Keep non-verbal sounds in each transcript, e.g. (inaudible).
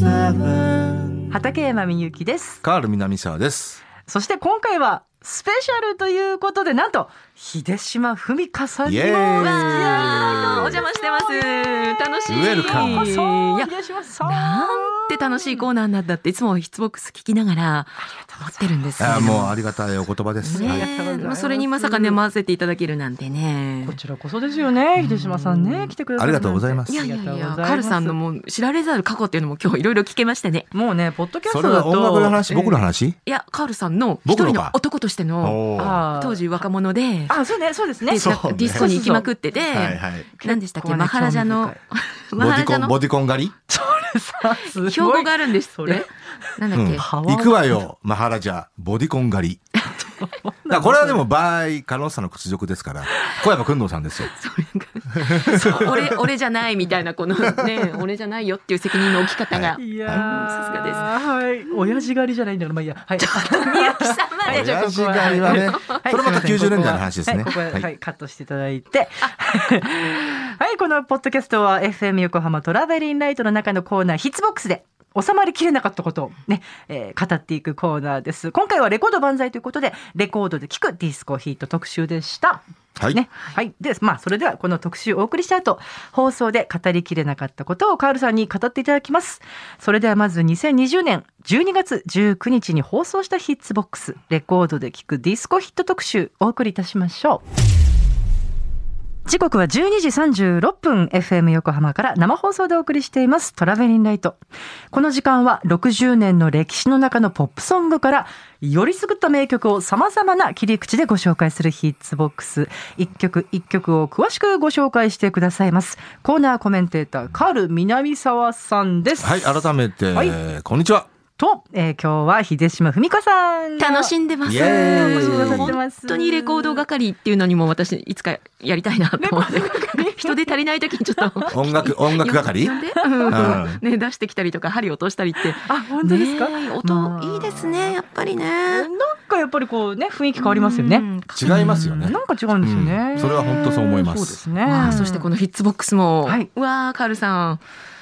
seven. 畠山みゆきですカール南沢です。そして今回はスペシャルということでなんと秀島文香さんイにもエーイおお邪邪魔魔してしてます楽しいウェルカムいやなんて楽しいコーナーなんだっていつもヒッツボックス聞きながら思ってるんですけれあどーもうありがたいお言葉です。はいねえもうそれにまさかね回せていただけるなんてねこちらこそですよね秀島さんね来てくださありがとうございますいやいやありいがとうございやますカールさんのもう知られざる過去っていうのも今日いろいろ聞けましたねもうねポッドキャスそトれはだと音楽の話、僕の話。いやカールさんの一僕のか人の男としてのおーあー当時若者であそうねそうですねでそうなんかディスコに行きまくっててはいはい。何でしたっ結構けねマハラジャのボマデハラィジャコン、のボディコン狩り。標語があるんですそっれてなんだうっんけ行くわよ、マハラジャ、ボディコン狩り。だからこれはでも、場合、カノさんの屈辱ですから、小山くんどうさんですよ。俺俺じゃないみたいなこ (laughs) のね俺じゃないよっていう責任の置き方がいやうんーさすがですはい親父狩りじゃないんだからまあいいやはい宮城さんまでじゃあ親父狩りはねここはいそれまたすいせん90年代の話ですねここははいここははいはいカットしていただいて。はい、このポッドキャストは FM 横浜トラベリンライトの中のコーナーヒッツボックスで。収まりきれなかったことをね、えー語っていくコーナーです。今回はレコード万歳ということで、レコードで聴くディスコヒート特集でした。はい。ね。はい。で、まあ、それではこの特集をお送りした後、放送で語りきれなかったことをカールさんに語っていただきます。それではまず2020年12月19日に放送したヒッツボックス、レコードで聴くディスコヒット特集、お送りいたしましょう。時刻は12時36分 FM 横浜から生放送でお送りしていますトラベリンライト。この時間は60年の歴史の中のポップソングからよりすぐった名曲を様々な切り口でご紹介するヒッツボックス。一曲一曲を詳しくご紹介してくださいます。コーナーコメンテーター、カール南沢さんです。はい、改めて、はいこんにちは。と、えー今日は秀島文香さん。楽しんでます。イエーイ面白い楽しんでます本当にレコード係っていうのにも私いつかやりたいなと思って。人で足りない時にちょっ (laughs) と。音楽、音楽係呼んで、うんうんね、出してきたりとか針落としたりって (laughs) あ、本当ですか、ねえ音、まあいいですねやっぱりなねんかやっぱりこうね、雰囲気変わりますよね。うん違いますよねなんか違うんですようね、んそれは本当そう思いますそうですね。わあそしてこのヒッツボックスも、はいうわーカールさん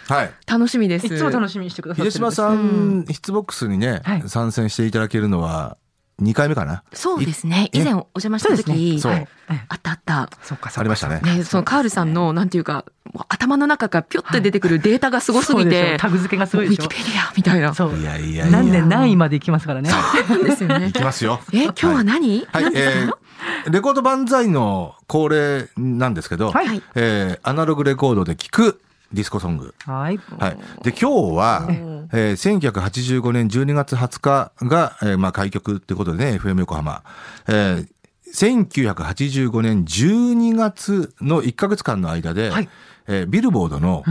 はい。楽しみですいつも楽しみにしてくださって秀るん島ですねさ、うんヒッツボックスにねは、い参戦していただけるのは、2回目かな。そうですね以前お邪魔したそうで時、そうはいあったあったそうか、ありましたね。ね、そのカールさんの、なんていうか、もう頭の中からぴょって出てくるデータがすごすぎそうでて、ょタグ付けがすごいウでしィキょペ。ディアみたいな。そそう。いやいやいや何。年何位まで行きますからね。うなんですよねい。きますよ。 (laughs) え、今日は何、はい、なんですかえーレコード万歳の恒例なんですけど、はいはいえーアナログレコードで聴くディスコソング。はい。はい。で、今日はおー、えー1985年12月20日が、えーまあ、開局ってことでね、FM 横浜。えー1985年12月の1ヶ月間の間で、はいえービルボードの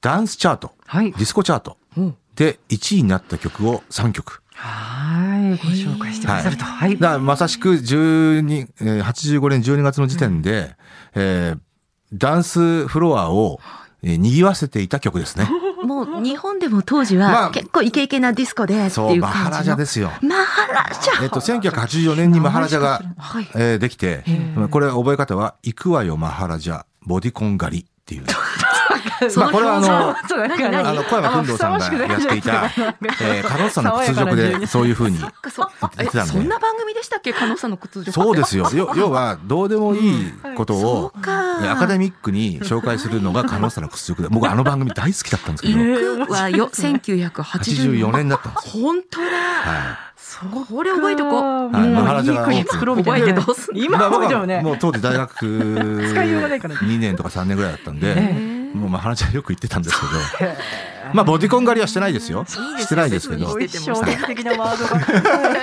ダンスチャート、はいディスコチャートうんで1位になった曲を3曲。はい。ご紹介してくださると。はい。だからまさしく12えー85年12月の時点で、えーダンスフロアをえー賑わせていた曲 (laughs) ですね。もう日本でも当時まはあ結構イケイケなディスコでってそう、いう感じマの。。ハラジャですすよ。マハラジャえっと、1984年にマハラジャが、はい。えーできてへえ、これ覚え方は、行くわよマハラジャ、ボディコン狩りっていう。そまあこれはあの表情そうだから何あの、小山君堂さんがやっていた、えー、カノッサの屈辱で、そういう風に言何そうってえたそんんで。な番組でしたっけ加納さんの屈辱そうですよ。よ要は、どうでもいいことそをう、かアカデミックに紹介するのがカノッサの屈辱で、僕あの番組大好きだったんですけど、僕は (laughs) よ1984 84年だったんですよ。本当だはそう。これ覚えとこもううマハラジャいい国作ろうみたいな。覚えてどうすんのい。今覚えてもまあね。もう当時大学使いようがないからね2年とか3年ぐらいだったんで、えもうマハラジャよく言ってたんですけど、まあボディコン狩りはしてないですよ。してないですけど、お見いても衝撃的なワードが。 (laughs) は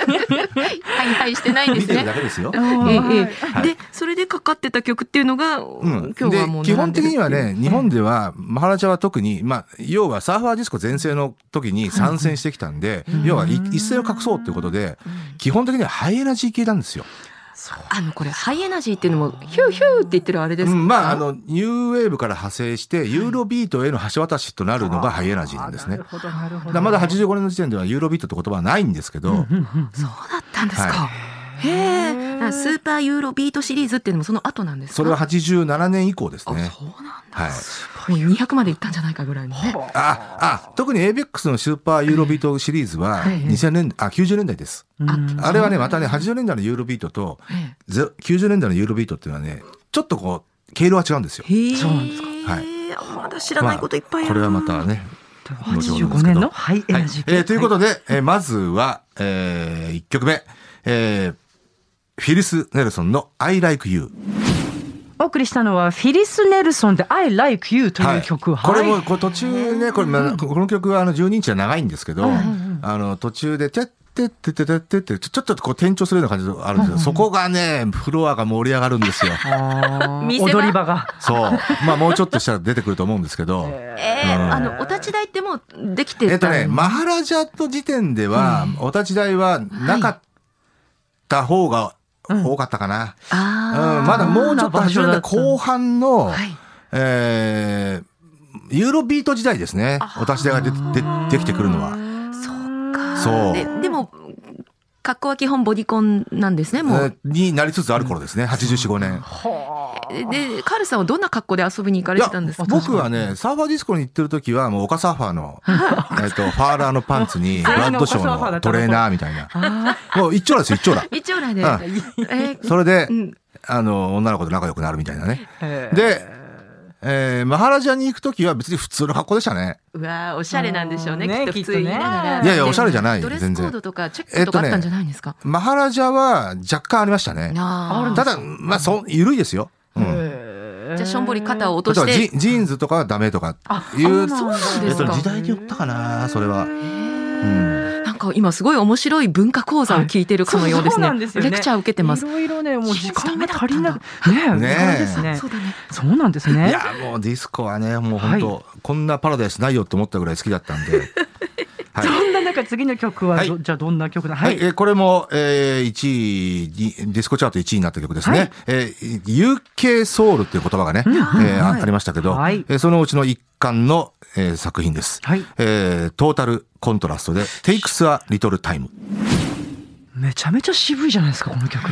いはいしてないですてるねだけですよ。ええええいでそれでかかってた曲っていうのが、うん、今日はもうで基並本んで的るにはね、日本では、マハラジャは特に、まあ、要はサーファーディスコ全盛の時に参戦してきたんで、要はい一斉を隠そうということで、基本的にはハイエナジー系なんですよ。あのこれハイエナジーっていうのもヒューヒューって言ってるあれですうか、ん、まあ、あの、ニューウェーブから派生して、ユーロビートへの橋渡しとなるのがハイエナジーなんですね。だなるほどなるかほどらまだ85年の時点ではユーロビートって言葉はないんですけど、そうだったんですか、はへえ。あスーパーユーロビートシリーズっていうのもその後なんですか。それは87年以降ですあね。そうなんだ。はい。もう200までいったんじゃないかぐらいのね。あ、あ、特に ABEX のスーパーユーロビートシリーズははい2000年、あ、90年代です。うんああれはね、またね、80年代のユーロビートと、えゼロ90年代のユーロビートっていうのはね、ちょっとこう、経路は違うんですよ。えへえ。そうなんですかはいあまだ知らないこといっぱいあこるれな。はまたね。後ほど85ですけ年どのハイエはいナジー。えーということで、えーまずは、え1曲目、えーフィリス・ネルソンの I Like You。お送りしたのはフィリス・ネルソンで I Like You という曲。はい、これはもいこう途中ねこれ、まあこの曲はあの12インチは長いんですけど、あの途中で「てってってってってって」ってちょちょっとこう転調するような感じがあるんですけど、そこがねフロアが盛り上がるんですよ。あー見せ場踊り場が。そうまあもうちょっとしたら出てくると思うんですけど。ええうんあのお立ち台ってもうできてたえっとね、マハラジャの時点では、お立ち台はなかった方が多かったかな。うんあーまだもうちょっと始めた後半の、はいえーユーロビート時代ですね。お立ち台が出て出できてくるのは。そうかそうででも格好は基本ボディコンなんですねもう、えーになりつつある頃ですね。84、5年。でカールさんはどんな格好で遊びに行かいれてやたんですか、僕はね、サーファーディスコに行ってる時は、もう岡サーファー (laughs) の、えっと、ファーラーのパンツに、ブラッドショーのトレーナーみたいな。もう一丁羅です、一丁羅。一応来で、うんえーそれで、うんあの、女の子と仲良くなるみたいなね。えーで、えーマハラジャに行くときは別に普通の格好でしたね。うわーおしゃれなんでしょうねねきっと普通に言いながらきっとねいやいやおしゃれじゃないドレスコ全然ードとかチェックとかあったんじゃないんですか、マハラジャは若干ありましたね。なああるんただ、まあ、そ、緩いですよ。うん。じゃあしょんぼり肩を落例とえばしジてジーンズとかはダメとかいう、あそうなんですかえっと時代によったかな、それは。うん。なんか今すごい面白い文化講座を聞いてるかのようですね,、そうなんですよねレクチャーを受けてますいろいろね、もう時間が足りなく。んだねえ、時間ですねそうだねそうなんですね。いや、もうディスコはね、もう本当、こんなパラダイスないよって思ったぐらい好きだったんで。はい (laughs) そ。んな中、次の曲はど、はじゃあどんな曲なは、はいい。えーこれも、えー、1位に、ディスコチャート1位になった曲ですね。はいえー UK ソウルっていう言葉がね、えーあありましたけど、はいえーそのうちの一環の、えー作品です。はいえートータルコントラストで、Takes a Little Time。めちゃめちゃ渋いじゃないですか、この曲。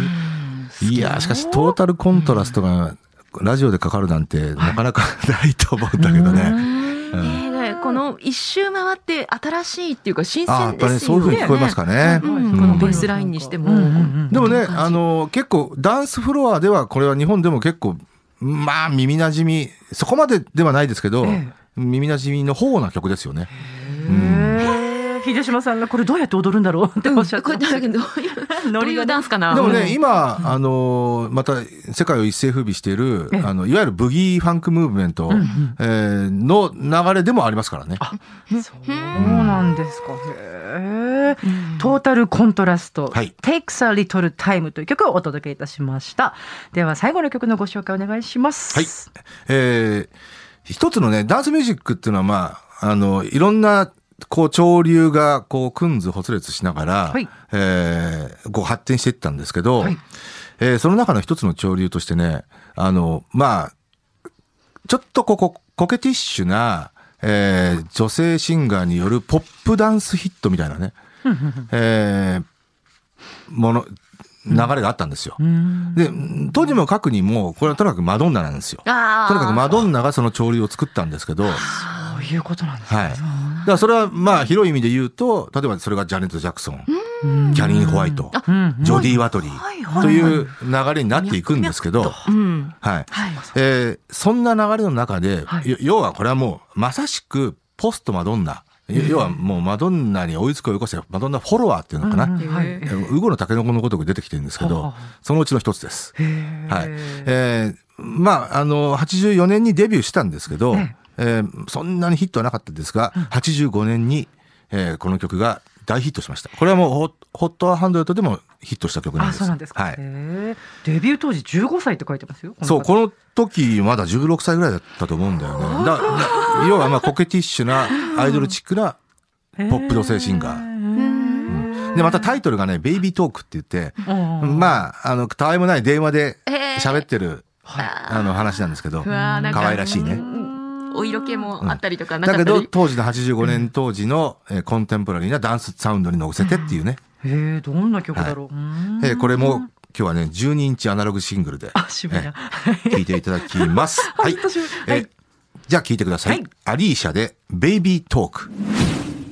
いやー、しかしトータルコントラストが、ラジオでかかるなんて、なかなか (laughs) ないと思うんだけどね。ねえねえこの一周回って新しいっていうか新ああ、やっ鮮ぱでりねすよそういう風にね。聞こえますかね。うんうんこのベースラインにしても、うんうんうんでもね、こんな感じあ (laughs) の、結構、ダンスフロアでは、これは日本でも結構、まあ、耳馴染み、そこまでではないですけど、え耳馴染みの方な曲ですよね。へえ秀島さんがこれどうやって踊るんだろうっておっしゃってこれまだしたけけどどどういう (laughs) ノどうリいがねうダンスかな。でもうんね、今、あの、また、世界を一世風靡している、ええあの、いわゆるブギーファンクムーブメント、えーの流れでもありますからね。そうなんですか。へえ。トータルコントラスト、はい Takes a Little Time という曲をお届けいたしました。では最後の曲のご紹介お願いします。はいえー一つのね、ダンスミュージックっていうのは、まあ、あの、いろんな、こう、潮流が、こう、くんずほつれつしながら、はいえーこう、発展していったんですけど、はいえーその中の一つの潮流としてね、あの、まあ、ちょっとここ、コケティッシュな、えー女性シンガーによるポップダンスヒットみたいなね、えーもの、流れがあったんですよ。で、当時も書くにも、これはとにかくマドンナなんですよ。あーとにかくマドンナがその潮流を作ったんですけど、はい。そういうことなんですね。だからそれはまあ広い意味で言うと、例えばそれがジャネット・ジャクソン、キャリン・ホワイト、うんジョディ・ワトリはいーはいという流れになっていくんですけど、うんはい。はい。えーそんな流れの中で、はいよ要はこれはもうまさしくポストマドンナ、よ要はもうマドンナに追いつく追い越せ、マドンナフォロワーっていうのかな。うんはいえーウゴのタケノコのごとく出てきてるんですけはあはどあ、そのうちの一つです。へはい。えーまあ、あの、84年にデビューしたんですけど、ええーそんなにヒットはなかったですが、85年に、えーこの曲が大ヒットしました。これはもうホ、ホットハンドレットでもヒットした曲なんあ、です。そうなんですか。はへい。えデビュー当時15歳って書いてますよ。そう、ここの時まだ16歳ぐらいだったと思うんだよね。だだ要はまあ、コケティッシュな、アイドルチックな、のポップ女性シンガーで、またタイトルがね、ベイビートークって言って、うんまあ、あの、たわいもない電話でえー喋ってる、あの話なんですけど、うわーなんか可愛らしいね。お色気もあったりとかなかだったけり。ど当時の85年当時のえーコンテンポラリーなダンスサウンドに乗せてっていうね、えどんな曲だろう。えーこれもうーん今日はね12インチアナログシングルであ渋いな。聴いていただき (laughs) ます。ははいい。。私えはいー。じゃあ聴いてください。はいアリーシャでベイビートーク。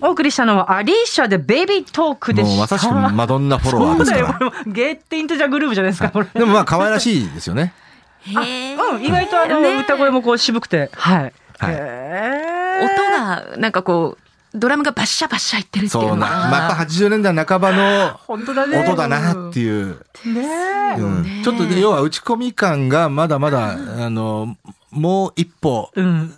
お送りしたのはアリーシャでベイビートークでした。もうまさしくマドンナフォロワーそですうだかよら。。これもゲーテイントジャグルーブじゃないですか、これ。でもまあ可愛らしいですよね。へーうん、意外とあの、ね歌声もこう渋くて。はい。はいへー音がなんかこうドラムがバッシャバッシャいってるっていそううな。のがまた80年代半ばの本当だね。音だなっていう。ねえうねん、ちょっとね要は打ち込み感がまだまだ、あの、もう一歩、うん。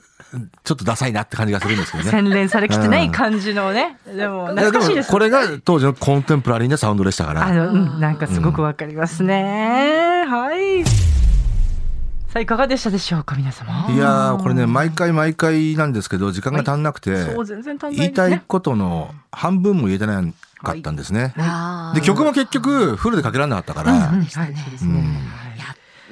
ちょっとダサいなって感じがするんですけどね。洗練されきてない感じのね。でも、いや懐でかしいでもす。これが当時のコンテンポラリーなサウンドでしたかあら。の、うん、なんかすごくわかりますね。はい。さあ、いかがでしたでしょうか、皆様。いやー、これね、毎回毎回なんですけど、時間が足んなくて、そう、全然言足りないいですたいね。ことの半分も言えてなかったんですね。あーで、曲も結局、フルでかけられなかったから、うんはい、そうですね。は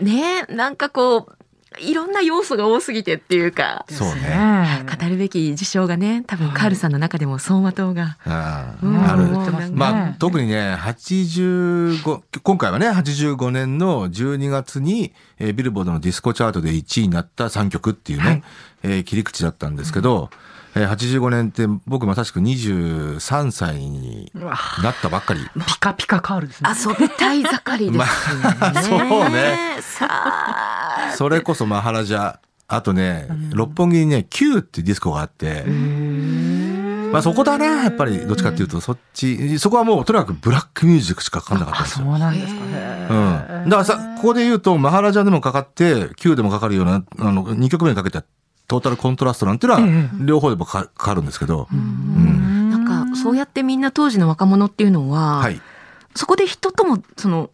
いねなんかこういろんな要素が多すぎてっていうかそうね語るべき事象がね多分カールさんの中でも走馬灯が、あうんーある。言ってますねまあ、特にね、85、今回はね、85年の12月に、えービルボードのディスコチャートで1位になった3曲っていうね、はいえー切り口だったんですけど、えー85年って僕まさしく23歳にうわなったばっかり。ピカピカカールですね。遊びたい盛りですよね。まあそうねさあ。それこそマハラジャ、あとね、六本木にね、Q っていうディスコがあって、まあそこだな、やっぱりどっちかっていうと、そっち、そこはもうとにかくブラックミュージックしかかかんなかったんですそよ。うなんですかね。うん。だからさ、ここで言うと、マハラジャでもかかって、Q でもかかるような、あの、2曲目にかけたトータルコントラストなんていうのえは、両方でもかかかるんですけど、うん。なんか、そうやってみんな当時の若者っていうのは、はい。そこで人とも、その、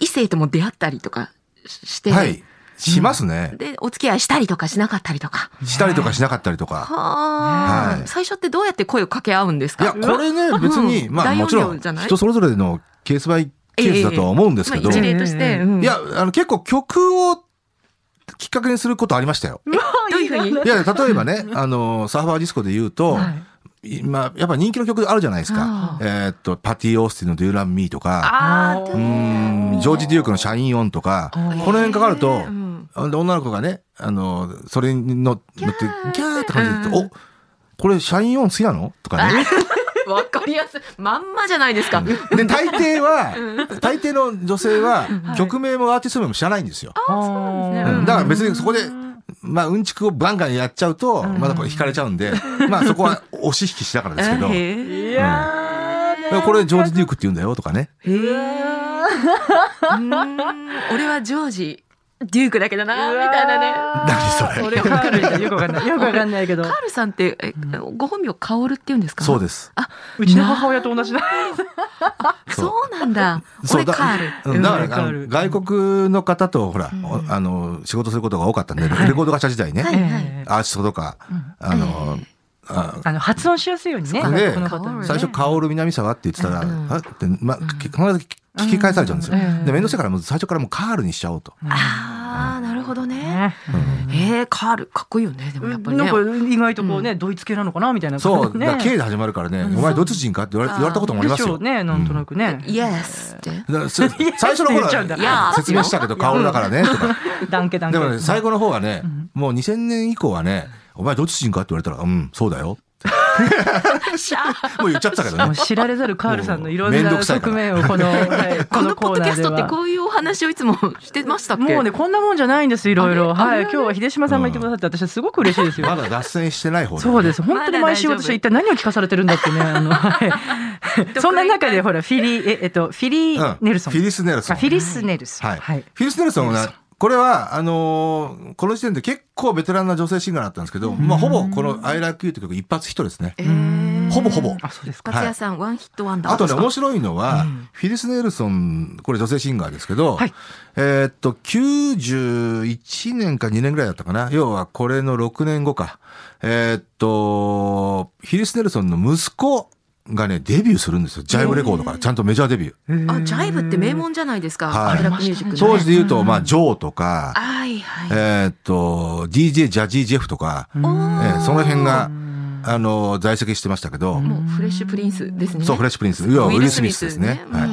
異性とも出会ったりとかしして、はい。しますね。で、お付き合いしたりとかしなかったりとか。したりとかしなかったりとか。はあ、はい最初ってどうやって声を掛け合うんですいかや、これね、別に、うんまあ大も音ちろ量ん、じゃない人それぞれのケースバイケースだとは思うんですけど、まあ、一い例として、ええうんや、あの、結構曲をきっかけにすることありましたよ。どういうふうにいや、例えばね、 (laughs) あの、サーファーディスコで言うと、はい今、やっぱ人気の曲あるじゃないですかあ。えーっと、パティ・オースティンの Do You Love Me とか、あうーんジョージ・デュークのシャイン・オンとか、こーの辺かかるうと、んあの女の子がね、あの、それに乗って、ギャーって感じで、うおこれシャイン・オン好きなのとかね。わかりやすい。まんまじゃないですか。 (laughs) で、大抵は、大抵の女性は、曲名もアーティスト名も知らないんですよ。そうですねうんだから別にそこでん、まあ、うんちくをバンガンやっちゃうと、まだこれ惹かれちゃうんで、まあそこは押し引きしながらですけど、へえいやだからこれジョージ・デュークって言うんだよとかね。へー (laughs) うーん俺はジョージ、デュークだけどな、みたいなね。カ何そそれれカールじゃよくわかんない。よくわかんないけど。ールさんって、えご本名、カオルって言うんですか。そうですす。うちの母親と同じだ。そうな (laughs) んだ。俺、カーうル。んだうかんら、あの外国の方と、ほら、おあの、仕事することが多かったんで、レコード会社時代ね、はいええアーティストとか、あの、ああの発音しやすいようにね。そうねこの方もね最初、薫南沢って言ってたら、あって、ま、必ず聞き返されちゃうんですよ。うんで、面倒くさいから、もう最初からもうカールにしちゃおうと。ああ、なるほどね。ねへえ、カール、かっこいいよね。でもなやっんぱかりね。意外とこうね、ドイツ系なのかなみたいなそ感う、じだからね。 K で始まるからね、お前ドイツ人かって言われ言われたこともありまですしょよう。ね、なんとなくね。イエスって。だから (laughs) そ最初の頃言っちゃうんだいやは説明したけど、薫だからね、とか。ダンケダンケ。でもね、最後の方はね、もう2000年以降はね、お前ドイツ人かって言われたら、うん、そうだよ。シャーもう言っちゃってたけどもねう。知られざるカールさんのいろんもうめんどなくさいか側ら面をこの、はいこのポッドキャストってはこういうお話をいつもしてましたっけもうね、こんなもんじゃないんです、いろいろ。あれあはれい。今日は秀島さんがいてくださって、私はすごく嬉しいですよ。まだ脱線してない方だよねそうです。本当に毎週まだ大丈夫私は一体何を聞かされてるんだってね。あの、はい。そんな中で、ほら、フィリー、え、えっと、フィリうんー・ネルソン。フィリス・ネルソあン。フィリス・ネルソン。はい。はい。フィリス・ネルソンはね、これは、あのーこの時点で結構ベテランな女性シンガーだったんですけど、まあ、ほぼこの I Like You って曲一発ヒットですね。えーほぼほぼ。あ、そうですか。勝也さん、ワンヒットワンダーあとね、面白白いのは、フィリス・ネルソン、これ女性シンガーですけど、はいえーっと、91年か2年ぐらいだったかな。要は、これの6年後か。えーっと、フィリス・ネルソンの息子がね、デビューするんですよ。ジャイブレコードから、ちゃんとメジャーデビュー。あ、ジャイブって名門じゃないですか。はいアイラックミュージックのね。当時で言うと、まあ、ジョーとか、はいはい。えーっと、DJ ジャジー・ジェフとか、おえーーその辺が、あの在籍してましたけど、もうフレッシュプリンスですね。そうフレッシュプリンスいわゆるウィル・スミスですね。はい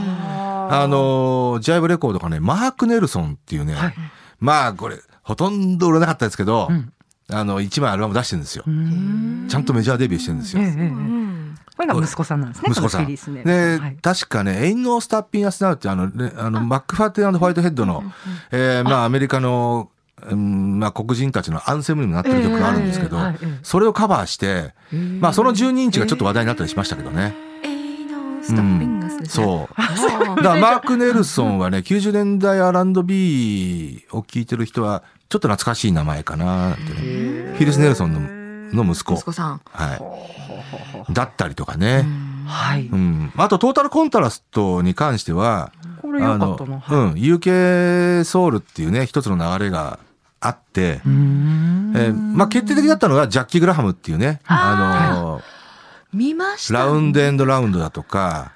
あのジャイブレコードがねマーク・ネルソンっていうね、はいまあこれほとんど売れなかったですけど、うんあの1枚アルバム出してるんですよ、うんちゃんとメジャーデビューしてるんですよ、ええええうんこれが息子さんなんですね。息子さこんのフィリスね。で、はい確かね、エイノー・スタッピン・アスナウってあの、ねあのマック・ファーティーホワイトヘッドの、えーまあ、アメリカの、うんまあ、黒人たちのアンセムにもなってる曲があるんですけど、ええはいええ (laughs) それをカバーして、まあ、その12インチがちょっと話題になったりしましたけどね。エイのスタッフィンガスですね。そう。あだーからマーク・ネルソンはね、90年代 R&B を聴いてる人は、ちょっと懐かしい名前かなってね。ヒルス・ネルソンのの息子。息子さん。はい。だったりとかね。はい。うん。あと、トータルコントラストに関しては、これ良かったあのな。うん、UK ソウルっていうね、一つの流れがあって、うんえーまあ、決定的だったのがジャッキー・グラハムっていうね、あのー、見ました。ラウンドエンドラウンドだとか、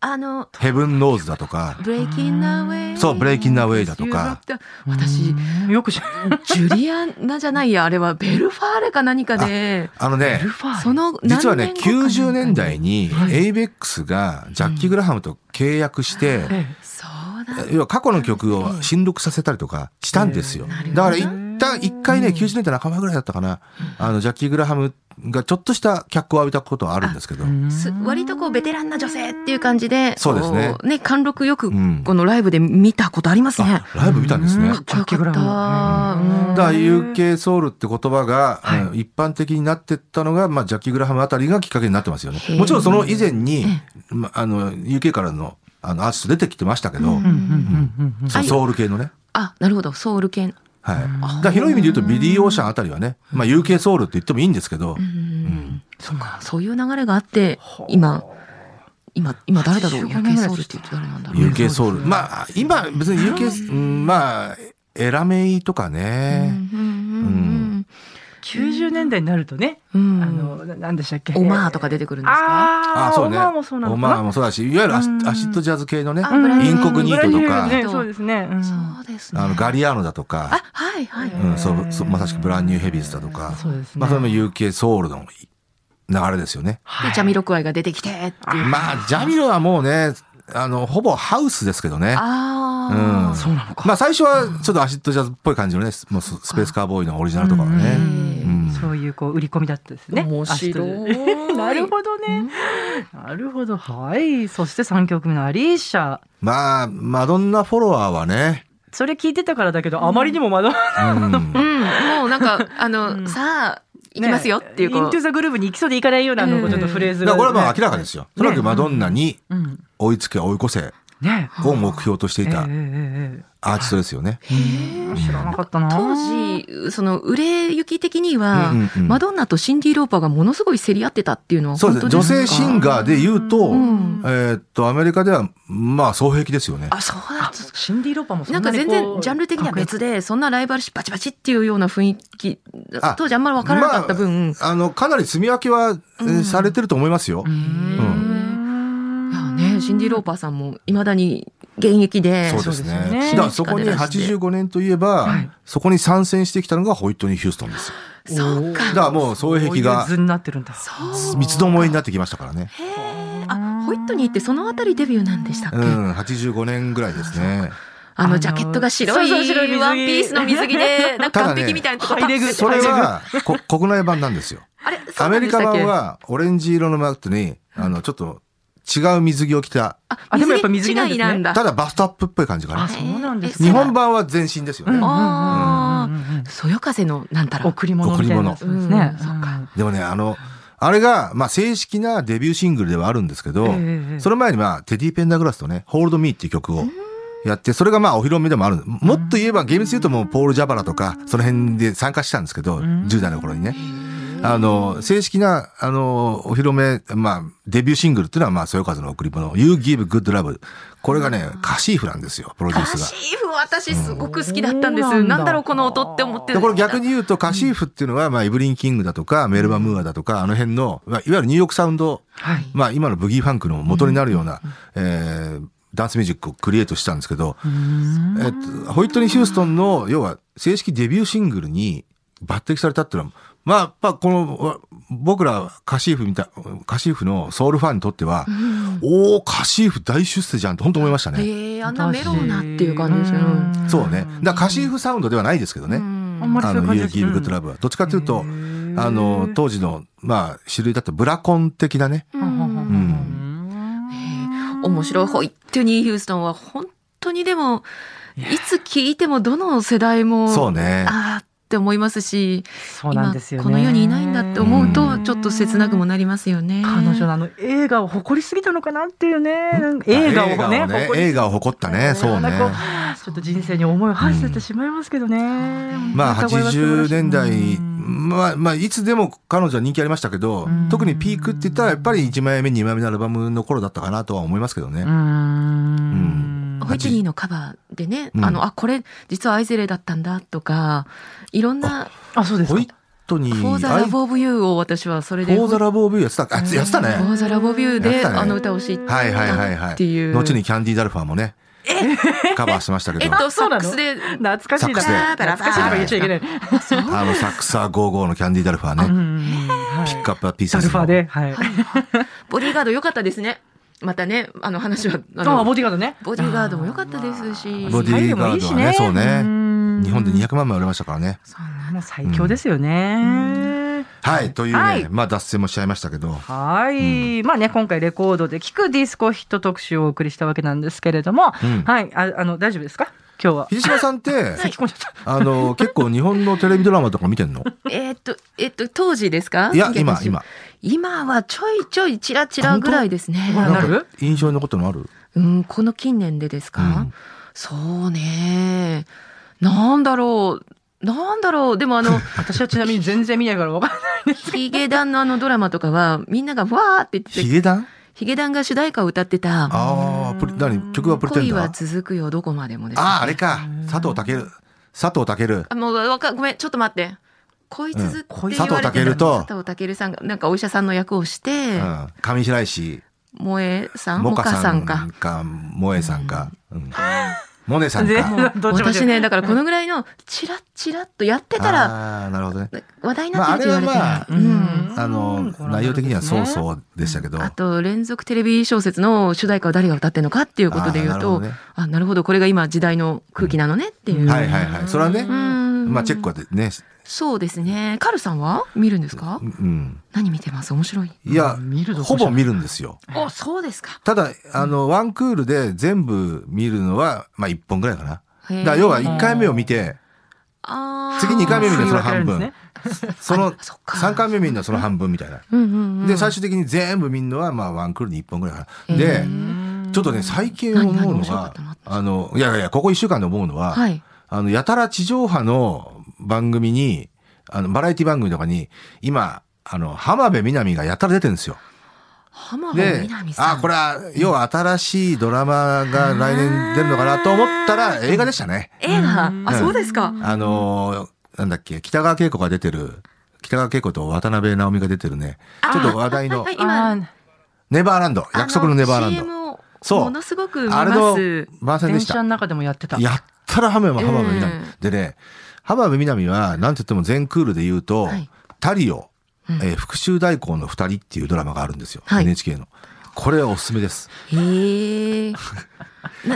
あの、ヘブン・ノーズだとか、ブレイキンナウェイ。そう Breaking the Way だとか。私、よく知らない。ジュリアナじゃないや、あれはベルファーレか何かで、あのね、その実はね、90年代に。にはい ABEX がジャッキー・グラハムと契約して、えそうだ。要は過去の曲を新録させたりとかしたんですよ。ええだからなる一ほど旦、一回ね、90年代半ばぐらいだったかな、あの、ジャッキー・グラハムがちょっとした脚光を浴びたことはあるんですけど、えす割とこうベテランな女性っていう感じで、そうですねこね、貫禄よくうんこのライブで見たことありますねあ。ライブ見たんですね。うんだかかっこジャッキよかった。ーグラムうんら UK ソウルって言葉が、はいあの一般的になってったのが、まあ、ジャッキー・グラハムあたりがきっかけになってますよねへ。えもちろんその以前に、まあの、UK からのあのアーティスト出てきてましたけど、うんうんうんうんそうはいソウル系のね。あ、なるほど、ソウル系。はい。だから広い意味で言うとビリー・オーシャンあたりはね、まあ UK ソウルって言ってもいいんですけど、うんそうか、そういう流れがあって、今、今、今誰だろう85 ?UK ソウルって言って誰なんだろう UK ソウル。まあ今別に UK、うんまあ、エラメイとかね、うん90年代になるとね、あうんの、ななんでしたっけオマーとか出てくるんですかああ、そうオマーもそうなオのかマーな。もそうだし、いわゆるアシうんアシッドジャズ系のね、あブラジイルンコグニートブとラか、ジルねそうですね。うんそうですね。あのガリアーノだとあか、、はいはい。うん、そうそうまさしくブランニューヘビーズだとか、そうですねまあそれも UK ソウルの流れですよね。はいで、ジャミロクワイが出てきてっていう。まあジャミロはもうね、あの、ほぼハウスですけどね。あうんあ。そうなのか。まあ最初はちょっとアシッドジャズっぽい感じのね、もうススペースカーボーイのオリジナルとかはうね。んうんそういうこう売り込みだったですね。面白い明日でなるほどね。なるほど。はい。そして三曲目のアリーシャ。まあ、マドンナフォロワーはね、それ聞いてたからだけど、あまりにもマドンナうんうん、もうなんか、あの、さあ、行きますよっていう、ねイこントゥう。ザグルーブに行きそうで行かないようなあのうんちょっとフレーズだかが、らこれはまあ明らかですよ。とにかくマドンナにうん。追いつけ追い越せねえ。を目標としていたえええアーティストですよね。えええ知らなかったな。当時、その、売れ行き的には、うんうんうんマドンナとシンディ・ローパーがものすごい競り合ってたっていうのはそう本です当ね。で女すか性シンガーで言うと、んえーっと、アメリカでは、まあ、双璧ですよね。あ、そうだあシンディ・ローパーもそなんなかにこ全う然ジャンル的には別で、そんなライバルしバチバチっていうような雰囲気、当時あんまりわからなかった分。まあ、あの、かなり積み分けは、えーされてると思いますよ。いやね、シンディ・ローパーさんもいまだに現役で。そうですね。そうですよねだからそこに85年といえば、はいそこに参戦してきたのがホイットニー・ヒューストンですよ。そうだか。からもう双そうい璧うが図になってるんだ。そう。三つどもえになってきましたからね。へえ。あ、ホイットニーってそのあたりデビューなんでしたっけ、うん、85年ぐらいですね。ああのの、ジャケットが白いそうそう白い水着ワンピースの水着で、なんかただ完ね璧みたいなとこハイレグパッてそれは、こ国内版なんですよ。あれアメリカ版、そうなんでしたっは、オレンジ色のマットに、あの、ちょっと違う水着を着た、けあでもやっぱ水着なんですね違いなんだ。ただバストアップっぽい感じかあ、な。そうなんですえ日ね。本版は全身ですよね。あうんうんうんうんうんあ、そよ風のなんたら。贈り物みたいなやつですね。贈り物うんそっかでもね、あの、あれが、まあ、正式なデビューシングルではあるんですけど、えええその前に、まあ、テディ・ペンダグラスとね、Hold Me っていう曲をやって、それがまあ、お披露目でもある。もっと言えば、厳密に言うともう、ポール・ジャバラとか、その辺で参加したんですけど、ん10代の頃にね。あの、正式な、あの、お披露目、まあ、デビューシングルっていうのは、まあ、そよ風の贈り物、You Give Good Love。これがね、カシーフなんですよ、プロデューカスが。シーフ私すごく好きだったんでそうなす。んだなんだろうこの音って思ってでる。これ逆に言うと、カシーフっていうのは、まあ、イブリン・キングだとか、メルバ・ムーアだとか、あの辺の、まあいわゆるニューヨークサウンド、はい。まあ、今のブギーファンクの元になるような、えーダンスミュージックをクリエイトしたんですけど、えっと、ホイットニー・ヒューストンの、要は、正式デビューシングルに、抜擢されたっていうのは、まあ、やっぱこの、わ僕らカシーフみたい、カシーフのソウルファンにとっては、おおカシーフ大出世じゃんって本当思いましたね。ええあんなメロウなっていう感じですね。うんそうね。だからカシーフサウンドではないですけどね。あんまりあそういうの、感じユでーすギー・ブッド・ラブは。どっちかというと、あの、当時の、まあ、種類だとブラコン的なね。ううんん。面白い。ホイットニー・ヒューストンは本当にでも、いつ聞いてもどの世代も、そうね。ああって思いますし、そうなんですよね今この世にいないんだって思うと、んちょっと切なくもなりますよね。彼女のあの映画を誇りすぎたのかなっていうねなんか映画をね誇り映画を誇ったね。そうね。なんかちょっと人生に思いを馳せてしまいますけどね、まあ、本当に歌声は80素晴らしい年代、うんまあ、まあ、いつでも彼女は人気ありましたけどうん、特にピークって言ったら、やっぱり1枚目、2枚目のアルバムの頃だったかなとは思いますけどね。うんホイットニーのカバーでね、うんあの、あ、これ、実はアイゼレだったんだとか、いろんな、あそうですホかイットフに、ォーザラブオブユーを私はそれフで、ォーザラブ・オブ・ユーやってた、あ、やってたフォね。ーザラブオブユーやっで、たねあの歌を知っはいはいはいたはっい。ていう。後にキャンディ・ダルファーもね、カバーしてましたけえっど、と、サそうッなクのスで、懐かしいなサックスで懐かしいとか言っちゃいけな (laughs) い、あのサックサー55のキャンディ・ダルファーね、うんはいピックアップはピースサルファーで、はい。ボディーガード良かったですね。またね、あの話は、あのあ、ボディーガードね。ボディーガードも良かったですし。ボディーガードはね、そうね。うん日本で200万枚売れましたからね。もう最強ですよね。はい、というね、はいまあ脱線もしちゃいましたけど、はい、まあね、今回レコードで聴くディスコヒット特集をお送りしたわけなんですけれども、うんはい、ああの、大丈夫ですか今日は。秀島さんって、聞こえちゃっあの、結構日本のテレビドラマとか見てんのえーっと、えーっと、当時ですかいや、現今、時今。今はちょいちょいちらちらぐらいですね。あ本な当なるんか印象に残ったのあるうん、この近年でですか、うんそうね。なんだろう。なんだろう。でも (laughs) あの、た。私 (laughs) はちなみに全然見ないからわかんない。ヒゲダンのあのドラマとかは、みんながわーって言ヒって、ゲダンヒゲダンが主題歌を歌ってた、ああ、プリ、何曲はプリテン恋ダはー続くよ、どこまでもですね、ああ、あれか。佐藤健。佐藤健。あもうわかごめんちょっと待ってこいつずって言われてうん佐藤健と佐藤健さんがなんかお医者さんの役をして、うん。上白石、萌えさん萌萌歌歌ささん (laughs) んかか、萌えさんか、うん萌音さん全か。然どっちも私ねだからこのぐらいのチラッチラッとやってたらああ、なるほどね。話題になってるって言われたら、まああれはまあうんあの、内容的にはそうそうでしたけど。あと連続テレビ小説の主題歌を誰が歌ってるのかっていうことで言うあーなるほどとねあなるほどこれが今時代の空気なのねっていうう、んはいはいはい。それはね、うんまあチェックはね、そうですねカルさんは見るんですか、うん。何見てます面白いいや見る、どこほろじゃぼない見るんですよ。おそうですかただ、あの、ワンクールで全部見るのは、まあ1本ぐらいかな。へーだから要は1回目を見て、あー次2回目見るのはその半あー分。そのあそっか3回目見るのはその半分みたいな。うんうんうんで、最終的に全部見るのは、まあワンクールに1本ぐらいかな。へでー、ちょっとね、最近思うの何何面白かがったの、あの、いやいや、ここ1週間で思うのは、はい。あの、やたら地上波の番組に、あの、バラエティ番組とかに、今、あの、浜辺美波がやたら出てるんですよ。浜辺で美波、さん。あ、これは、要は新しいドラマが来年出るのかなと思ったら、映画でしたね。映画。あ、そうですか。あのーなんだっけ、北川景子が出てる、北川景子と渡辺直美が出てるね、ちょっと話題のはい、、今、ああーネバーランド、の約束のネバーランド。 CM をそうものすごく見あれまのす。番宣で電し車のた。中でもやってた。やったら浜辺浜辺美波、うんでね、浜辺美波は、なんて言っても全クールで言うと、はいタリオ、うんえー復讐代行の二人っていうドラマがあるんですよ。はい NHK の。これはおすすめです。へえ。 (laughs)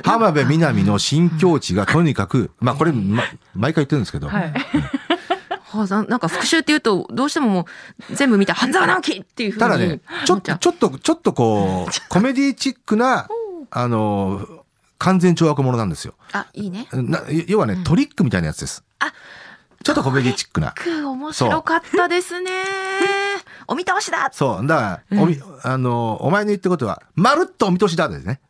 浜辺美波の新境地がとにかく、まあこれ、ま、毎回言ってるんですけど、はい。はあ、なんか復讐っていうと、どうしてももう、全部見た半沢直樹っていうふうに。ただね、ちょっ思ちと、ゃうちょっと、ちょっとこう、コメディチックな、あの、完全懲悪者なんですよ。あ、いいね。な要はね、トリックみたいなやつです。あちょっとコメディチックな。く、面白かったですね。お見通しだそう。だから、おみ、あの、お前の言ってことは、まるっとお見通しだですね。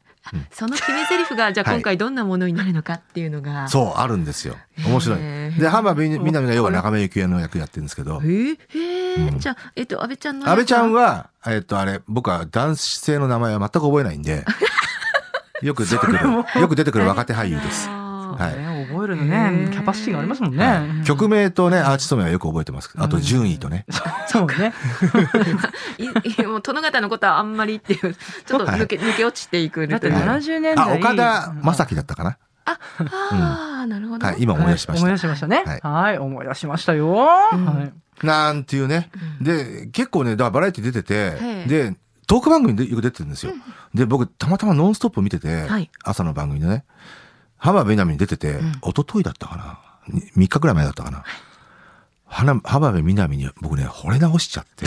その決め台詞が、じゃあはい今回どんなものになるのかっていうのが。そう、あるんですよ。面白いへ。ーで、浜辺美波が要は中目幸恵の役やってるんですけどえ、ーへえ、じゃあ、えっと、安倍ちゃんの。安倍ちゃん。は、えっと、あれ、僕は男性の名前は全く覚えないん (laughs) で、よく出てくる、よく出てくる若手俳優です。 (laughs) あーはいね覚えるのね、キャパシティがありますもんはいね。曲名とね、アーティスト名はよく覚えてますけど、あと順位とね。 (laughs) そうね。いいもう殿方のことはあんまりっていう、ちょっと抜け、抜け落ちていくだってという70年代。あ、岡田正樹だったかな。あ、ああ、なるほど。はい、今思い出しまし思いた。出しましたね。ははいい、思い出しましたよ。うんはいなんていうね。うんで、結構ね、だからバラエティ出てはて、いで、トーク番組でよく出てるんですよ。で、僕、たまたまノンストップ見ててはい、朝の番組でね、浜辺美波に出ててん、一昨日だったかなに ?3 日くらい前だったかな花浜辺美波に僕ね、惚れ直しちゃって、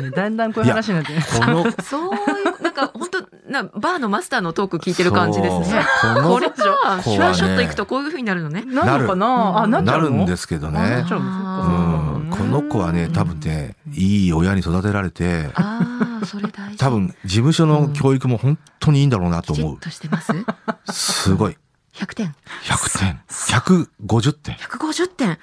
ねだんだんこういう話になってね。この、そういう、なんか本当な、バーのマスターのトーク (laughs) 聞いてる感じですね。そうここれのじゃあ、こシュうワはねーショット行くとこういう風になるのね。なるのかなあ、なっちゃなうのるんですけどねなっちゃううのんそっかそこっかの子はね多分ねいい親に育てられてああ、それ大事。多分事務所の教育も本当にいいんだろうなときち思っうとしてます。すごい100点。 100点150点150点。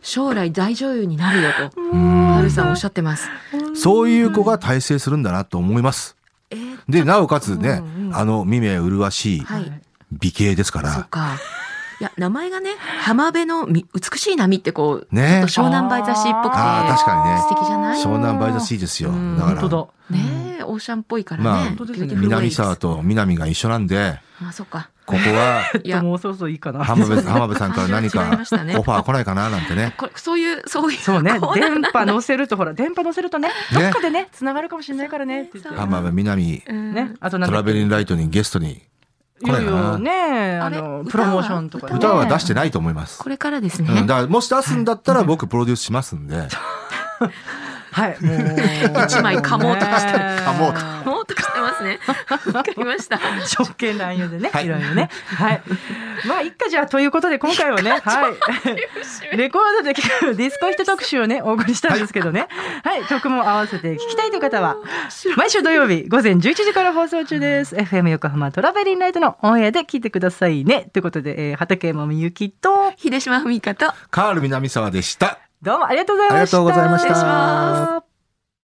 将来大女優になるよと、うんはるさんおっしゃってます。そういう子が大成するんだなと思いますえーでなおかつねうんうんあの未明麗しいはい。美形ですかそうらか。いや、名前がね、浜辺のみ美しい波ってこう、ねちょっと湘南バイザシっぽくて。あー確かにね素敵じゃない湘南バイザシーですようんだか本ら当だ。ねえ、オーシャンっぽいからね。まあビューティフルウェイ南ブ沢と南が一緒なんであ、そっか。ここ (laughs) はいちょっやと、もうそろそろいいかな。浜辺浜辺さんから何話が違いかまオしフたねァー来ないかななんてねこれそういう、そういう、 (laughs) そうねこ、うな電んだ波乗せるとほら、電波乗せるとね、どっかでね、繋がるかもしれないからねって言って。そう浜辺美波うんね、あとなんトだラっけベリンライトにゲストに来いよないいかよなね、ああれの、歌はプロモーションとかね。歌は出してないと思いますこ。れからですね。うん、だからもし出すんだったら僕プロデュースしますんで、はい、もう。一枚噛もうとしてね噛もうともうとしてま (laughs) すね。わかりました。食券乱用でね、はいいろいろね。はい。まあ、いっかじゃあ、ということで、今回はね、はい。レコードで聴くディスコヒット特集をね、お送りしたんですけどね。はい、曲も合わせて聞きたいという方は、毎週土曜日午前11時から放送中です。FM 横浜トラベリンライトのオンエアで聞いてくださいね。ということで、えー、畠山みゆきと、秀島文香とカール南沢でした。どうもありがとうございました。ありがとうございました失礼します